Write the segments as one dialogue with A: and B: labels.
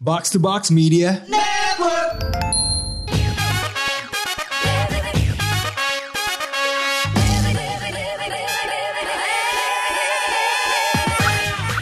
A: Box to Box Media.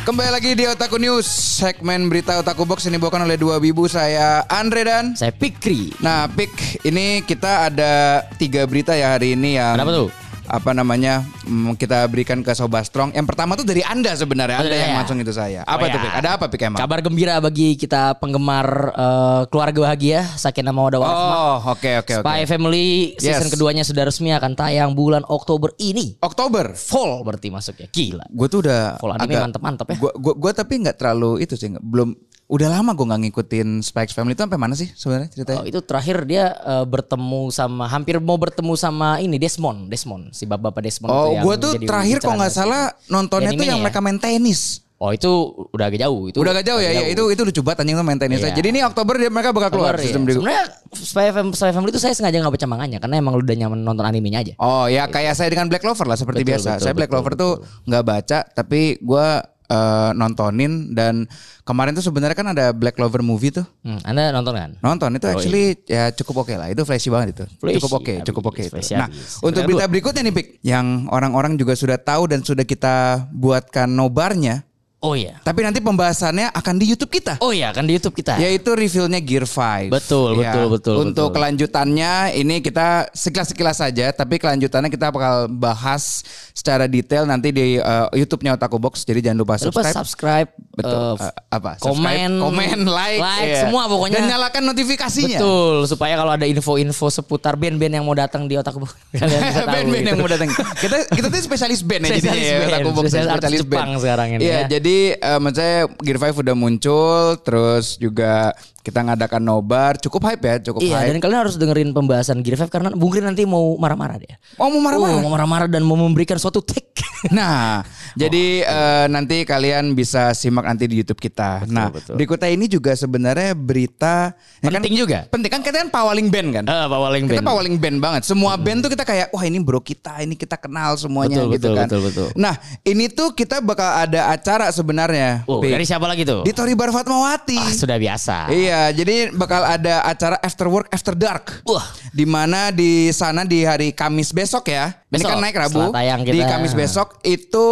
B: Kembali lagi di Otaku News, segmen berita Otaku Box yang dibawakan oleh dua bibu saya Andre dan
C: Saya Pikri.
B: Nah, Pik, ini kita ada tiga berita ya hari ini yang
C: Kenapa tuh?
B: Apa namanya? mm, kita berikan ke Sobat Strong. Yang pertama tuh dari Anda sebenarnya,
C: Oh,
B: Anda
C: dari
B: yang
C: saya.
B: langsung itu saya. Apa
C: Oh,
B: tuh,
C: ya.
B: Pik? Ada apa, Pik emang?
C: Kabar gembira bagi kita penggemar eh, keluarga bahagia Sakinah Mawaddah Warahmah.
B: Oh, oke oke oke.
C: Spy Family season
B: Yes.
C: keduanya sudah resmi akan tayang bulan Oktober ini.
B: Oktober.
C: Fall berarti masuknya. Gila.
B: Gue tuh udah
C: Full anime mantep-mantep ya.
B: Gua, gua, gua tapi nggak terlalu itu sih, nggak- belum udah lama gue nggak ngikutin Spikes Family itu sampai mana sih sebenarnya ceritanya?
C: Oh, itu terakhir dia eh, bertemu sama hampir mau bertemu sama ini Desmond, Desmond si bapak-bapak Desmond
B: Oh,
C: itu yang
B: gue tuh
C: jadi
B: terakhir kalau
C: inceran
B: nggak
C: dari
B: salah nontonnya
C: Yang ya.
B: tuh yang
C: animenya
B: mereka main tenis.
C: situ. Oh, itu udah agak jauh itu.
B: Udah gak jauh ya, ya itu itu lucu banget anjing tuh main tenis.
C: Iya.
B: Jadi ini Oktober dia mereka bakal keluar
C: Keluar, ya.
B: sistem di-
C: Sebenarnya Spy Fam- Spy Family itu saya sengaja nggak baca manganya karena emang udah nyaman nonton animenya aja.
B: Oh ya kayak saya dengan Black Clover lah seperti
C: Betul,
B: biasa.
C: betul,
B: saya Black
C: betul,
B: Clover tuh nggak baca tapi gue eh, nontonin dan kemarin tuh sebenarnya kan ada Black Clover movie tuh
C: Hmm, Anda nonton kan?
B: nonton itu actually ya cukup oke lah itu flashy banget itu
C: Flashy
B: cukup oke
C: habis,
B: cukup oke itu.
C: flashy
B: nah
C: habis.
B: untuk berita
C: Berita
B: berikutnya nih Pik yang orang-orang juga sudah tahu dan sudah kita buatkan nobarnya
C: Oh iya.
B: tapi nanti pembahasannya akan di YouTube kita
C: Oh iya kan di YouTube kita.
B: Yaitu revealnya Gear 5.
C: Betul, betul, betul,
B: Untuk
C: betul.
B: kelanjutannya ini kita sekilas-sekilas saja, tapi kelanjutannya kita bakal bahas secara detail nanti di eh, YouTube-nya Otaku Box. Jadi jangan lupa
C: Jangan lupa
B: subscribe.
C: subscribe,
B: betul.
C: eh,
B: Eh, apa?
C: komen,
B: Subscribe, komen, like,
C: like,
B: iya.
C: semua pokoknya.
B: Dan nyalakan notifikasinya.
C: Betul, supaya kalau ada info-info seputar band-band yang mau datang di otak kalian bisa tahu.
B: band-band
C: gitu.
B: yang mau datang. Kita kita tuh spesialis band ya
C: Spesialis
B: jadinya ya.
C: band,
B: Otaku Box
C: spesialis artis Jepang sekarang ini
B: Iya,
C: ya.
B: jadi eh, menurut saya Gear 5 udah muncul, terus juga kita ngadakan nobar, cukup hype ya, cukup
C: Iya,
B: hype.
C: dan kalian harus dengerin pembahasan Gear 5 karena Bung Green nanti mau marah-marah dia.
B: Oh mau marah-marah.
C: Oh, mau marah-marah dan mau memberikan suatu take.
B: Nah, jadi
C: Oh, iya.
B: eh, nanti kalian bisa simak nanti di YouTube kita. nah, berikutnya ini juga sebenarnya berita ya kan,
C: Penting juga.
B: penting kan kita kan pawaling band kan.
C: Eh, Pawaling
B: kita
C: Band. Hmm.
B: pawaling band banget. Semua band tuh kita kayak wah ini bro kita, ini kita kenal semuanya gitu
C: Betul, betul,
B: kan.
C: betul, betul.
B: Nah, ini tuh kita bakal ada acara sebenarnya.
C: Oh,
B: Pik.
C: dari siapa lagi tuh?
B: Di Tori Bar Fatmawati.
C: Ah, sudah biasa.
B: Iya, jadi bakal ada acara after work after dark.
C: Wah.
B: Di mana di sana di hari Kamis besok ya. Ini
C: Besok,
B: kan naik Rabu.
C: setelah tayang kita.
B: Di Kamis besok itu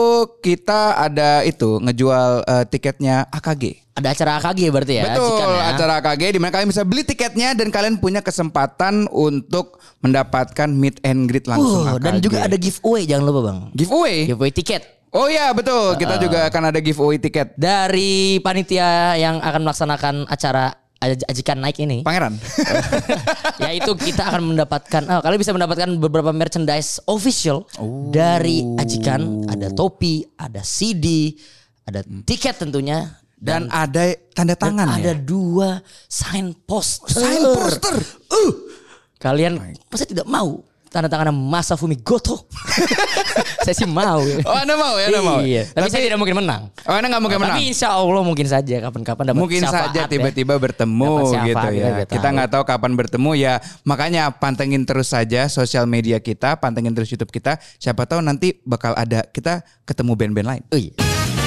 B: kita ada itu ngejual eh, tiketnya AKG.
C: Ada acara AKG berarti ya?
B: Betul,
C: Cikan ya.
B: acara AKG di mana kalian bisa beli tiketnya dan kalian punya kesempatan untuk mendapatkan meet and greet langsung.
C: Uh, dan
B: AKG.
C: juga ada giveaway jangan lupa, Bang.
B: giveaway.
C: Giveaway Uh. tiket
B: Oh iya, betul. Kita juga akan ada giveaway tiket.
C: dari panitia yang akan melaksanakan acara aj- ajikan naik ini.
B: Pangeran.
C: yaitu kita akan mendapatkan oh, kalian bisa mendapatkan beberapa merchandise official
B: Oh.
C: dari Ajikan ada topi ada CD ada tiket tentunya
B: Hmm. dan ada tanda tangan ya. Oh,
C: ada dua sign poster
B: Sign poster.
C: Uh, kalian masa tidak mau tanda tangan Masafumi Goto saya sih mau
B: Oh, Anda mau ya, Anda mau.
C: Iya, tapi, saya tidak mungkin menang
B: Oh, Anda nggak mungkin menang.
C: tapi insya Allah mungkin saja kapan-kapan dapat
B: mungkin
C: syafaat
B: saja
C: ya.
B: tiba-tiba
C: Dapat
B: bertemu
C: syafaat,
B: gitu
C: kita
B: ya.
C: nggak
B: Kita
C: tahu.
B: nggak tahu kapan bertemu ya. Makanya pantengin terus saja sosial media kita, pantengin terus YouTube kita. Siapa tahu nanti bakal ada kita ketemu band-band lain.
C: Oh, iya.